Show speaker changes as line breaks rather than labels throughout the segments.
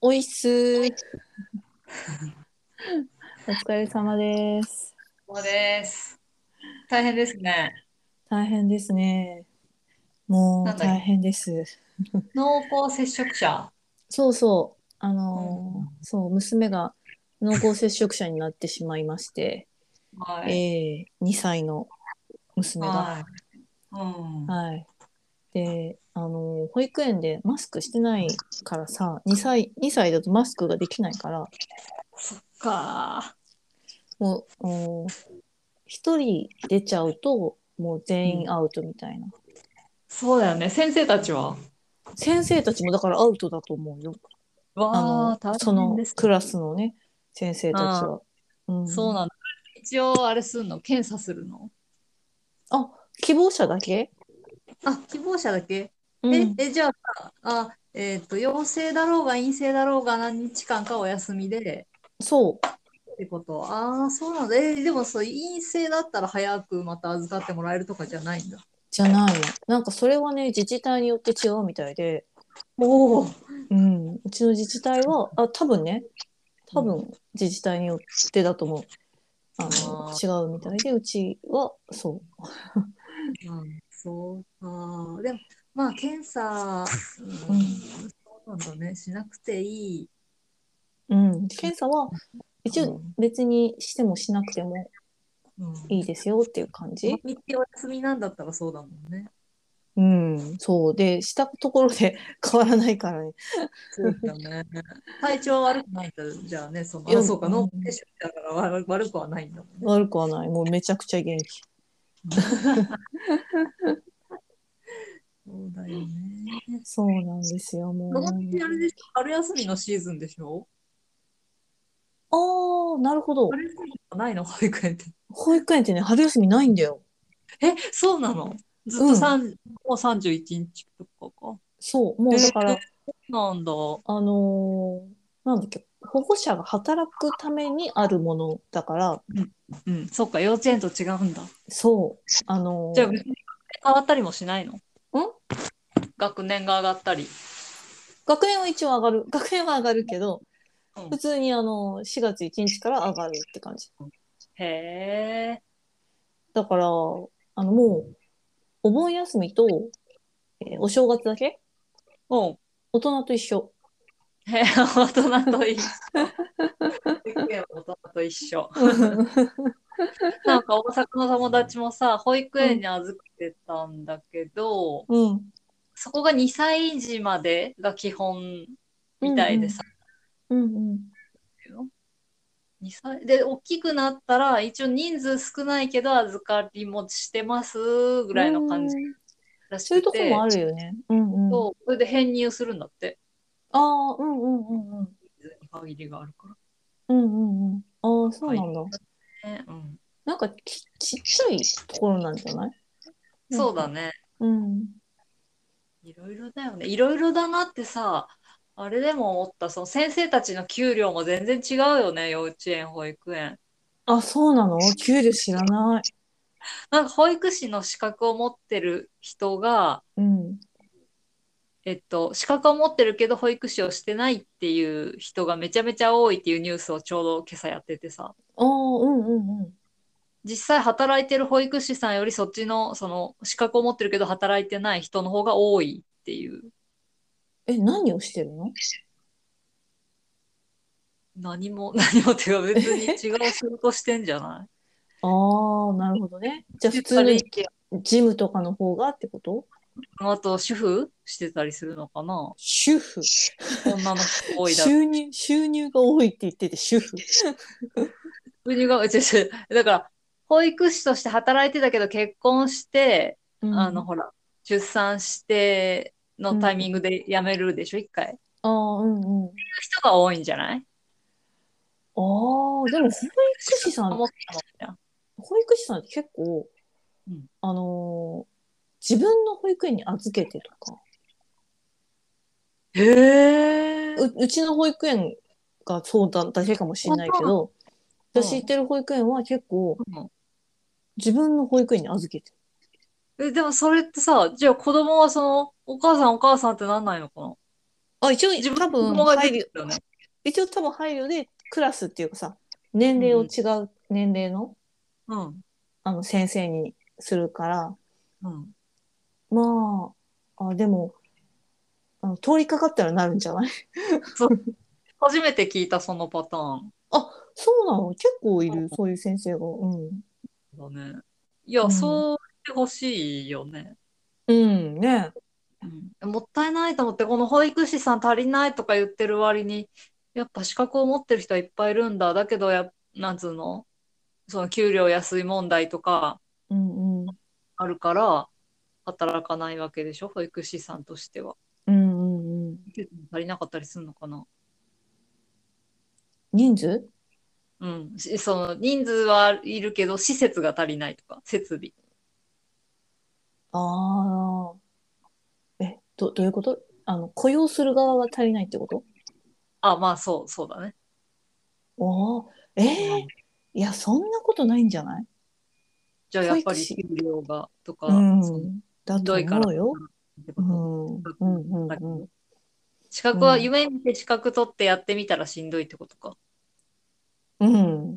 おいっす。
お疲れ様です。
そうです。大変ですね。
大変ですね。も
なん
う
だっけ
大変です。
濃厚接触者。
そうそう。あのーそう、娘が濃厚接触者になってしまいまして、
はい。
えー、2歳の娘が。
はい。うん。
はい。で、あのー保育園でマスクしてないからさ、2歳、2歳だとマスクができないから、
そっか。
もう、お1人出ちゃうと、もう全員アウトみたいな。
そうだよね。先生たちは。
先生たちもだからアウトだと思うよ。
わ
あ
あ、大
のその
変ですね。
クラスのね先生たちは。うん
そうなんだ。一応あれすんの検査するの
希望者だけ、
あ、希望者だけ
う
え
ん、
え、じゃあさ、あ、えっと、陽性だろうが陰性だろうが何日間かお休みで
そう
ってこと。ああ、そうなんだ。えーでもそう、陰性だったら早くまた預かってもらえるとかじゃないんだ。
じゃないの。なんかそれはね自治体によって違うみたいで、
おお。
うん、うちの自治体はあ多分ね多分自治体によってだと思う。あ
あ
の違うみたいでうちはそう
あそうか。でも、まあ、検査、う
うん
ん、そうなんだね。しなくていい。、
うん、検査は一応
うん
別にしてもしなくても
うん、
いいですよっていう感じ。
毎日お休みなんだったらそうだもんね。
うん、そうでしたところで 変わらないからね。
そうだね。体調は悪くないんだ、じゃあね、その、
いや
あそうか、
うん
ノーテーションだから悪悪くはないんだもんね。
悪くはない。もうめちゃくちゃ元気。
そうだよね。
そうなんですよ。もう。
こってあれでしょ春休みのシーズンでしょ
ああ、なるほど。
春休みとかないの保育園って。
保育園ってね、春休みないんだよ。
え、そうなのずっと三、もう31日とかか。
そう。もうだから、
えーなんだ。
あのーなんだっけ、保護者が働くためにあるものだから、
うん、そっか、幼稚園と違うんだ。
そう。あのー
じゃあ、別に変わったりもしないのん
ん
学年が上がったり。
学年は一応上がる。 学年は上がるけど、
うん
普通にあのー、4月1日から上がるって感じ。
へえ。
だから、あの、もう、お盆休みと、えーお正月だけ
うん。
大人と一緒。
へえ、大人と一緒。世間は大人と一緒。なんか大阪の友達もさ、保育園に預けてたんだけど、
うん。
そこが2歳児までが基本 みたいでさ、
うんうん。
2歳で、大きくなったら、一応人数少ないけど、預かりもしてますぐらいの感じ
うん
らしくて。
そういうとこもあるよね。うんうん。
そう、それで編入するんだって。
ああ、うんうんうんうん。
限りがあるか
うんうんうん。ああ、そうなんだ。
らね。うん、
なんかちちっちゃいところなんじゃない
そうだね。
うん。
いろいろだよね。いろいろだなってさ、あれでも思った、その先生たちの給料も全然違うよね、幼稚園、保育園。
あ、そうなの給料知らない。
なんか保育士の資格を持ってる人が、
うん。
えっと、資格を持ってるけど保育士をしてないっていう人がめちゃめちゃ多いっていうニュースをちょうど今朝やってて
あ
さ、
あ、うんうんうん。
実際働いてる保育士さんよりそっちの、その資格を持ってるけど働いてない人の方が多いっていう。
え、何をしてるの
何も、 何もっていうか別に違う仕事してんじゃない
ああ、なるほどね。じゃあ普通
やっ
に
ぱり
ジムとかの方がってこと
あと、主婦してたりするのかな
主婦。
女の人多いだろう。
収入、収入が多いって言ってて主婦。
国が、違う違うだから、保育士として働いてたけど、結婚して、
うん
あの、ほら、出産してのタイミングで辞めるでしょ、一回。
ああ、うんうん。
人が多いんじゃ
ああ、
ない
でも保育士さん
思ったもんじゃん。
保育士さんって結構、
うん
あのー自分の保育園に預けてとか
へえ。
ううちの保育園がそうだだけかもしれないけど
うん
私行ってる保育園は結構自分の保育園に預けてる
え、でもそれってさ、じゃあ子供はその、お母さんお母さんってなんないのかな
あ一応
自分
多分
子供が
配
出
慮
てたよね。
一応多分配慮でクラスっていうかさ年齢を違う年齢の,、
うん。
あの先生にするから
うん。
まああでもあの通りかかったらなるんじゃない
初めて聞いたそのパターン
そうなの結構いる、
うん
そういう先生がうん
だね。いや、
うん
そうしてほしいよね。
うんね
うん、もったいないと思って、この保育士さん足りないとか言ってる割に、やっぱ資格を持ってる人はいっぱいいるんだ。だけどや、なんつうのその給料安い問題とか
うんうん
あるから、働かないわけでしょ、保育士さんとしては。
うんうんうん
足りなかったりするのかな。
人数
うん、しその人数はいるけど、施設が足りないとか、設備。
ああえどどういうことあの雇用する側が足りないってこと
あ、まあそう、そうだね。
おーえー
うん
いやそんなことないんじゃない
じゃあやっぱり
保育士
給料がとか、
うん
その
だ
ひど
と
いから
思うよ。
ってこ
う
と
んうんうん
だけ
うん
ど資格は
うん
夢見て資格取ってやってみたらしんどいってことか。
うん、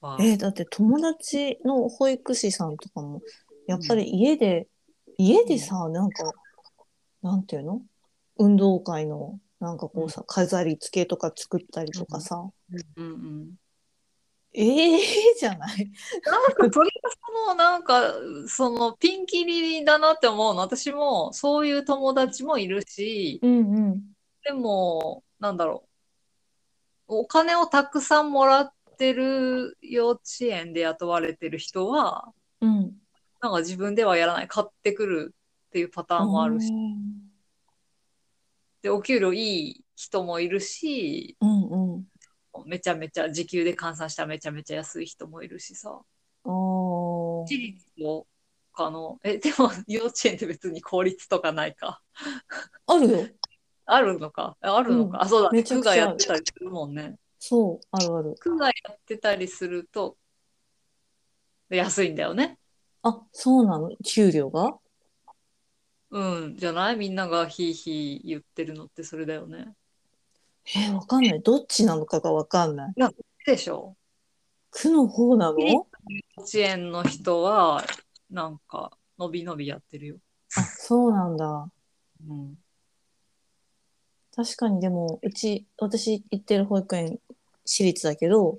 わあ
えーだって友達の保育士さんとかもやっぱり家で、家でさなんかなんていうの運動会のなんかこうさ、飾り付けとか作ったりとかさ、
うんうん、
ええじゃない
なんか鳥がそのなんかそのピンキリだなって思うの私もそういう友達もいるし
うんうん
でもなんだろうお金をたくさんもらってる幼稚園で雇われてる人は
うん
なんか自分ではやらない買ってくるっていうパターンもあるしでお給料いい人もいるし
うんうん
めちゃめちゃ時給で換算したらめちゃめちゃ安い人もいるしさ
あ
私立もかのえでも幼稚園って別に公立とかないか
ああるよ
あるのかああるのか、
う
あそうだね
めちゃ
区
くちゃ
がやってたりするもんね
そうあるある
区がやってたりすると安いんだよね
あそうなの給料が
うんじゃないみんながひいひい言ってるのってそれだよね
えーわかんないどっちなのかがわかんない
でしょ
区の方なの
え幼稚園の人はなんかのびのびやってるよ、
あそうなんだ
うん、
確かにでもうち私行ってる保育園私立だけど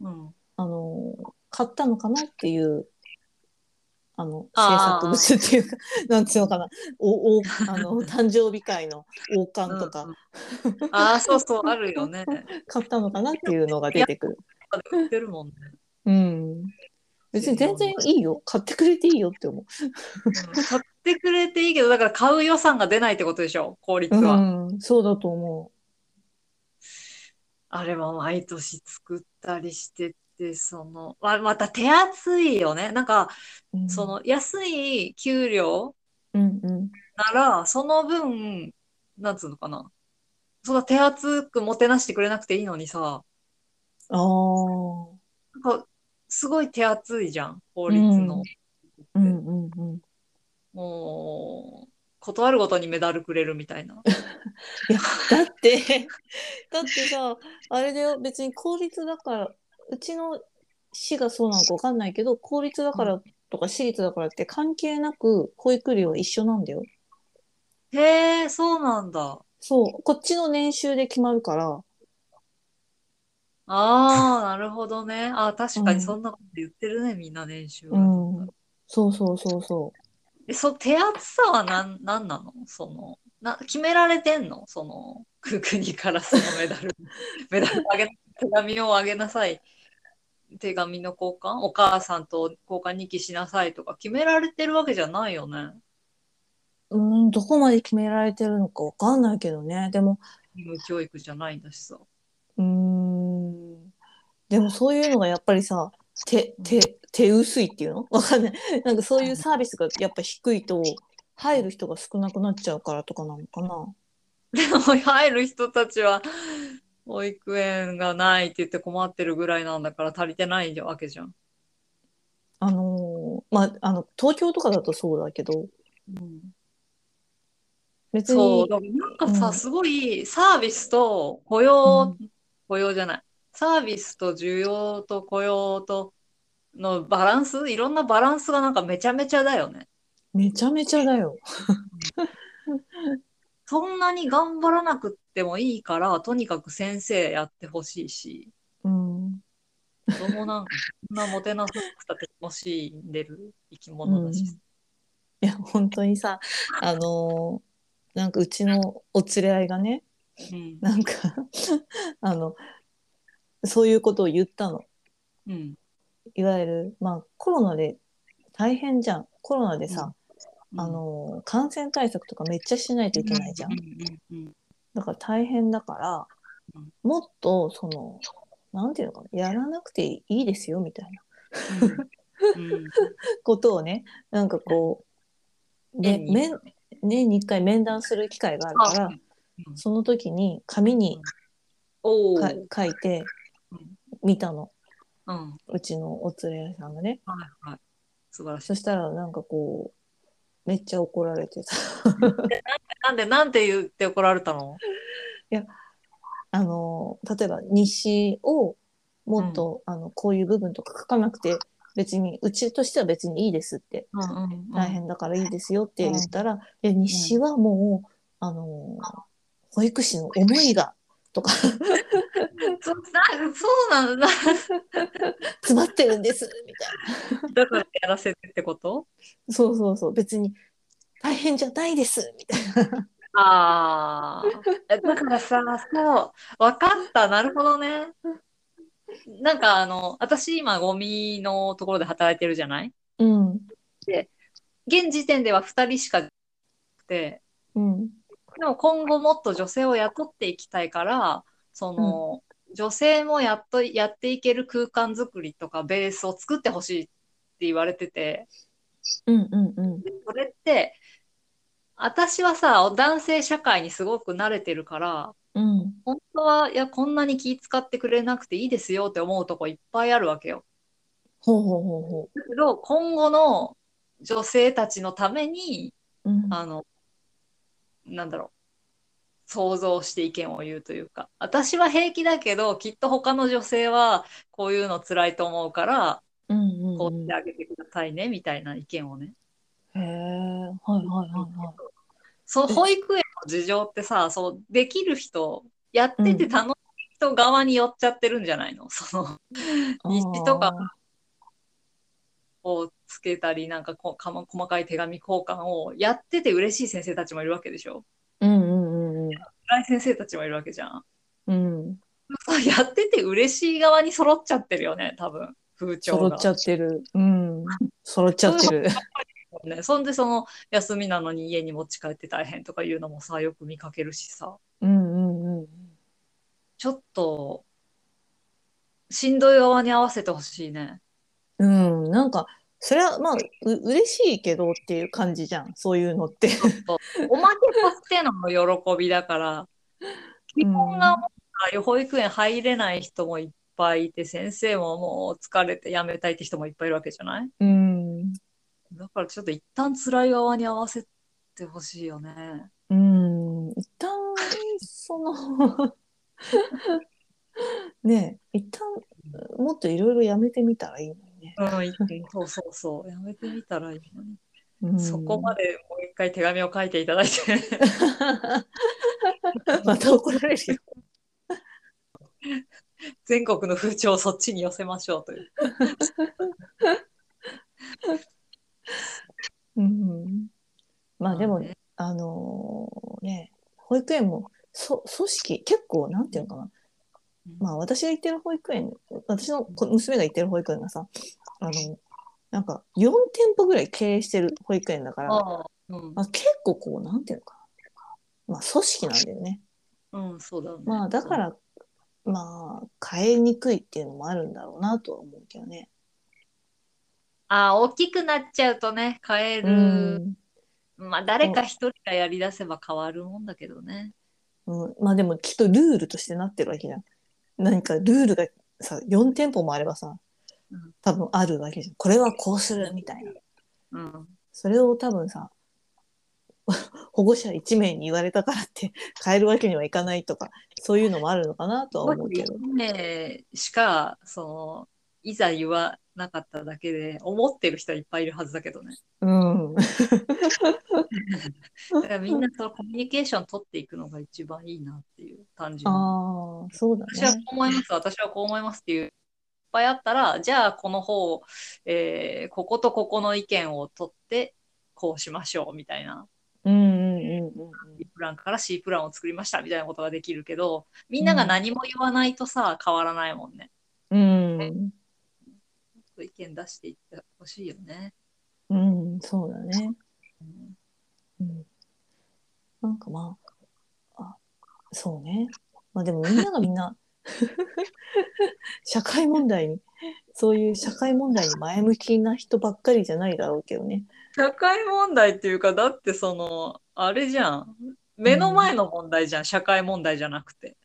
うん
あの買ったのかなっていうあの制
あ
作
ー
物っていうかなんていうのかなおおあ の誕生日会の王冠と
う
か
んうんああ、そうそう、あるよね。
買ったのかなっていうのが出てくる。
売ってるもんね。
うん別に全然いいよ買ってくれていいよって思う。
うん買ってくれていいけど、だから買う予算が出ないってことでしょ、効率は。
うん、そうだと思
あれは毎年作ったりしてって、その、ままた手厚いよね。なんか、
う。うん、
その安い給料
うんうん
なら、その分、なんつうのかな。そんな手厚くもてなしてくれなくていいのにさ、
ああ
なんか、すごい手厚いじゃん、法律の。
うんうんうん。
もう、断るごとにメダルくれるみたいな。
いやだって だってさあれだよ別に公立だからうちの市がそうなのかわかんないけど公立だからとか私立だからって関係なく保育料は一緒なんだよ。
へえ、そうなんだ。
そうこっちの年収で決まるから
ああ、なるほどね。あー確か
うん
にそんなこと言ってるね、みんな練習
う
は。
んそうそうそうそ
え、そ、手厚さはなん、なんなのその、な、決められてんのその、く国からそのメダル、 メダルをあげ、手紙をあげなさい。手紙の交換お母さんと交換日記しなさいとか決められてるわけじゃないよね。
ううんどこまで決められてるのかわかんないけどねでも
義務教育じゃないんだしさ。
うーんでもそういうのがやっぱりさ手手手薄いっていうのわ かんないなんかそういうサービスがやっぱ低いと入る人が少なくなっちゃうからとかなのかな
でも入る人たちは保育園がないって言って困ってるぐらいなんだから足りてないわけじゃん。
あのーまああの東京とかだとそうだけど別
そう、
に
でもなんかさ、
うん
すごいサービスと雇用、雇用じゃない、サービスと需要と雇用とのバランス、いろんなバランスがなんかめちゃめちゃだよね。
めちゃめちゃだよ。
そんなに頑張らなくってもいいから、とにかく先生やってほしいし、
うん。
子供なんかそんなもてなさくたって楽しんでる生き物だし。
いや本当にさあのーなんかうちのお連れ合いがね
うん。
なんか あのそういうことを言ったの。
うん。
いわゆる、まあ、コロナで大変じゃんコロナでさ、あのー感染対策とかめっちゃしないといけないじゃん
う。うんうん
だから大変だから
うん
もっとそのなんていうのかなやらなくていいですよみたいな
うんうん。
ことをねなんかこうで
年に
年年に1回面談する機会があるから
うん
その時に紙に
おお。
か書いて
うん
見たの
うん。
うちのお連れ合いさんがね
はいはい。素晴らしい。
そしたらなんかこうめっちゃ怒られてた
なんで、なんて言って怒られたの
あの例えば日誌をもっと、あのこういう部分とか書かなくて別にうちとしては別にいいですって大
大。
変だからいいですよって言ったら、いや日誌はもう、あのー保育士の思いがとか
そうなそうなんだ。
詰まってるんですみたい
だからやらせてってこと
なそうそうそう別に大変じゃないですみたい
ああ。だからさ、そう、分かった、なるほどね。なんかあの、私今ゴミのところで働いてるじゃない
なうん
現時点では2人しかなくて、
うん
でも今後もっと女性を雇っていきたいから、その、女性もやっとやっていける空間づくりとかベースを作ってほしいって言われてて、
うんうんうん
それって、私はさ、男性社会にすごく慣れてるから、
うん
本当は、いや、こんなに気使ってくれなくていいですよって思うとこいっぱいあるわけよ。
ほうほうほうほ
だけど、今後の女性たちのために、
ううん
あの、なんだろう、想像して意見を言うというか、私は平気だけど、きっと他の女性はこういうの辛いと思うから、
うん
こ
う
うし
ん
てあげてくださいね、みたいな意見をね。
へえはいはいはいはい
そう、保育園の事情ってさ、そう、できる人、やってて楽しい人側に寄っちゃってるんじゃないの、 その、日誌とかをつけたり、なんかこうかま細かい手紙交換をやってて嬉しい先生たちもいるわけでしょ。
あーうんうんうん
辛い先生たちもいるわけじゃん。
うんうん
そうやってて嬉しい側に揃っちゃってるよね、多分風潮
揃
が。
っちゃってるうん揃っちゃってる
ね、そんでその休みなのに家に持ち帰って大変とかいうのもさ、よく見かけるしさ、
うんうんうん
ちょっと、しんどい側に合わせてほしいね。
うん、なんか、それはまあ、う嬉しいけどっていう感じじゃん、そういうのって。
おまけとしての喜びだから、基本がもう保育園入れない人もいっぱいいて、先生ももう疲れて辞めたいって人もいっぱいいるわけじゃない
うん、
だからちょっと一旦辛い側に合わせてほしいよね。
うん、一旦、その ねえ、一旦、もっといろいろやめてみたらいいのにね。
うん、いそうそうそう。やめてみたらいいのに。
うん、
そこま
で。
でもう一回手紙を書いて いただいて。
また怒られるよ。
全国の風潮をそっちに寄せましょうという。
うん、まあでも、
ね
あのね、保育園も、そ組織、結構、なんていうのかな。まあ私が行ってる保育園、私の子娘が行ってる保育園がさ、あの、なんか4店舗ぐらい経営してる保育園だから、
ああ、うん
まあ、結構こう、なんていうのかな。まあ組織なんだよね。
うん、そうだね。
まあだか、ら、まあ変えにくいっていうのもあるんだろうなとは思うけどね。
ああ、大きくなっちゃうとね、変え
う
る。
ん。
まあ、誰か一人がやり出せば変わるもんだけどね。
うん、まあでもきっとルールとしてなってるわけじゃん。何かルールがさ、4店舗もあればさ
うん、
多分あるわけじゃん。これはこうするみたいな。
うん。
それを多分さ 保護者1名に言われたからって 変えるわけにはいかないとかそういうのもあるのかなとは思う けど。
ねしかそのいざ言わなかっただけで思ってる人はいっぱいいるはずだけどね。
うん、
だからみんなそのコミュニケーション取っていくのが一番いいなっていう単純に。
ああそうだ
私はこ
ね。
う思います、私はこう思いますっていう。いっぱいあったら、じゃあこの方を、えーこことここの意見を取って、こうしましょうみたいな。
うんうんうんうん
B プランから C プランを作りましたみたいなことができるけど、みんなが何も言わないとさ、変わらないもんね。
うん。
意見出していってほしいよね。
うん、うん、そうだね。
うん
うんなんかまあ、あ、そうね。まあでもみんながみん な、社会問題に、そういう社会問題に前向きな人ばっかりじゃないだろうけどね。
社会問題っていうか、だってその、あれじゃん。目の前の問題じゃん、社会問題じゃなくて。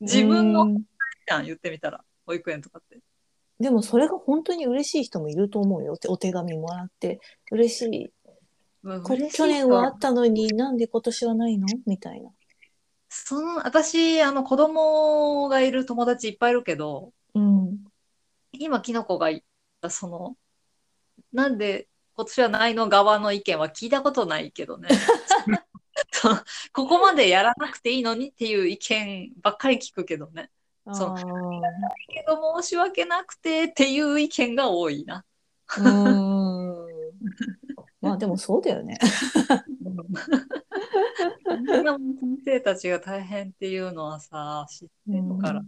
自分の
うん
問題じゃん、言ってみたら。保育園とかって。
でもそれが本当に嬉しい人もいると思うよ。お手紙もらって、嬉しい。こ去年はあったのになんで今年はないのみたいな。
その私あの子供がいる友達いっぱいいるけど
うん。
今きのこが言ったそのなんで今年はないの側の意見は聞いたことない けどねそうここまでやらなくていいのにっていう意見ばっかり聞くけどねそう
あー
けど申し訳なくてっていう意見が多いな、
うーん。まあでもそうだよね。
みんなも先生たちが大変っていうのはさ知ってるから、
あ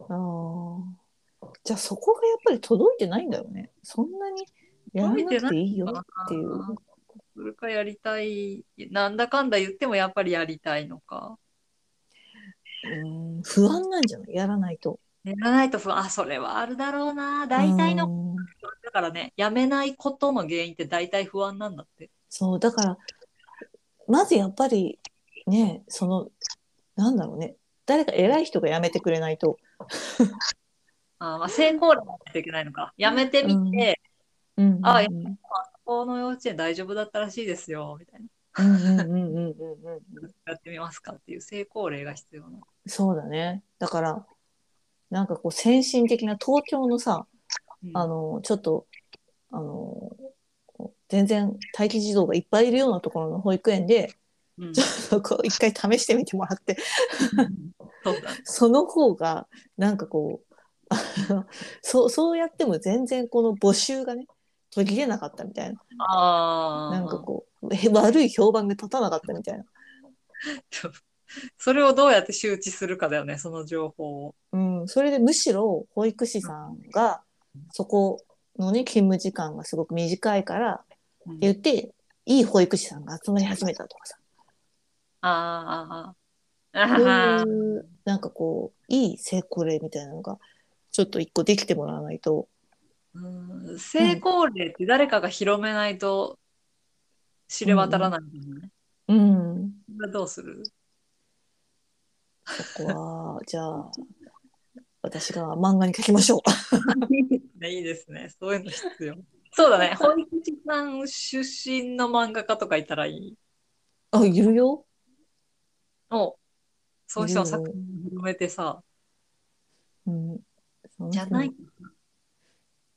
あ。じゃあそこがやっぱり届いてないんだよね。そんなにやらなくていいよっていう。
それかやりたい、なんだかんだ言ってもやっぱりやりたいのか。
うん不安なんじゃないやらないと。
やらないと不安、あ、それはあるだろうな。大体の、
うん
だからね、やめないことの原因って大体不安なんだって。
そう、だから、まずやっぱりね、その、なんだろうね。誰か偉い人がやめてくれないと。
あまあ、成功論もないといけないのか。やめてみ
うん
て、
うん
あ
うん
この幼稚園大丈夫だったらしいですよ、みたいな。
うんうんうんうんうんうん。
やってみますかっていう成功例が必要なの。
そうだね。だから、なんかこう先進的な東京のさ、
うん
あの、ちょっと、あの、全然待機児童がいっぱいいるようなところの保育園で、
うん、
こう一回試してみてもらって、
そう だね。
その方が、なんかこう、 あのそう、そうやっても全然この募集がね、途切れなかったみたいな。
ああ。
なんかこう、へ悪い評判が立たなかったみたいな。
それをどうやって周知するかだよね、その情報を。
うん、それでむしろ保育士さんが、そこのね、勤務時間がすごく短いから、って言って、いい保育士さんが集まり始めたとかさ。
ああ、
そう
ああ、
いう、 なんかこう、いい成功例みたいなのが、ちょっと一個できてもらわないと。
うん成功例って誰かが広めないと知れ渡らないもんね。
うん。
それはどうする
そこは、じゃあ、私が漫画に書きましょう。
ね いいですね。そういうの必要。そうだね。保育士さん出身の漫画家とかいたらいい。
あ、いるよ。
もう、そういう人の作
いる
品を広めてさ、
うん。その
じ
人
ゃない。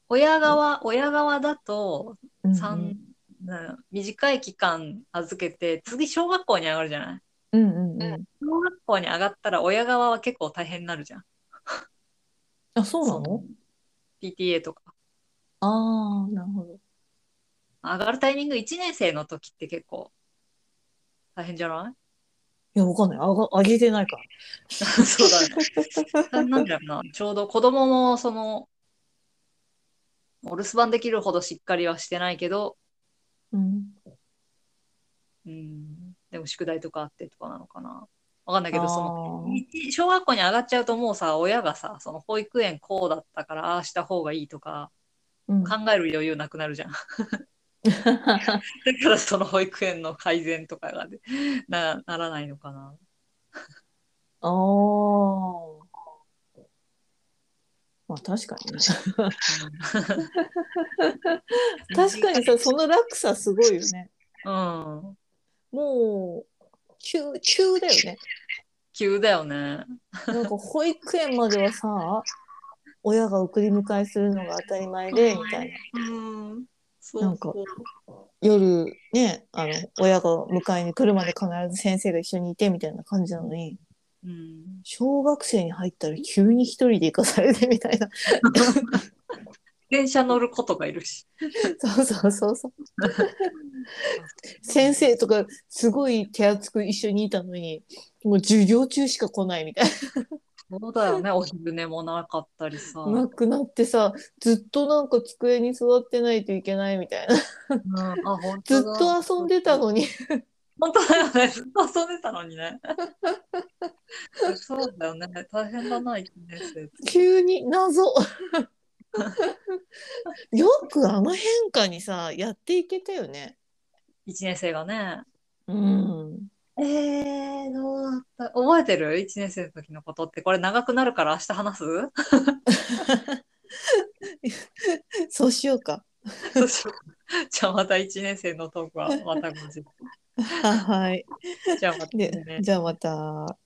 親側、親側だと、
うんうん
三な短い期間預けて、次小学校に上がるじゃない
うんうんうん。
小学校に上がったら親側は結構大変になるじゃん。
あ、そうなの
その ?PTA とか。
ああ、なるほど。
上がるタイミング1年生の時って結構大変じゃない
いや、わかんない。あが、あげてないから。
そうだ ね。なんだろうな。ちょうど子供もその、お留守番できるほどしっかりはしてないけど、
うん。
うん、でも宿題とかあってとかなのかな。わかんないけ
あ
ど、その、
ー
一小学校に上がっちゃうともうさ、親がさ、その保育園こうだったから、ああした方がいいとか、
うん
考える余裕なくなるじゃん。 だからその保育園の改善とかがねなならないのかな。
あー。まあ 確かにね。確かにさ、その落差すごいよね。
うん。
もう急急だよ ね
急だよね。
なんか保育園まではさ親が送り迎えするのが当たり前でみたいな
うん。そう
なんか夜ねあの親が迎えに来るまで必ず先生が一緒にいてみたいな感じなのに
うん。
小学生に入ったら急に一人で行かされてみたいな
電車乗る子とかいるし。
そうそうそうそう先生とかすごい手厚く一緒にいたのにもう授業中しか来ないみたい
そうだよね。お昼寝もなかったりさ。
ななくなってさずっとなんか机に座ってないといけないみたいな
うん、あ本
ずっ
当だ
と遊んでたのに
本当だよね。ずっと遊んでたのにね。そうだよね。大変だな、一年生。
急に謎 よくあの変化にさやっていけたよね。
一年生がね。
うん、
えー、どうだった覚えてる一年生の時のことって。これ長くなるから明日話す
そうしよう か。
そう しようじゃあまた一年生のトークはまた後日。
はい。
じゃあまた
で、
ね。
じゃあまた。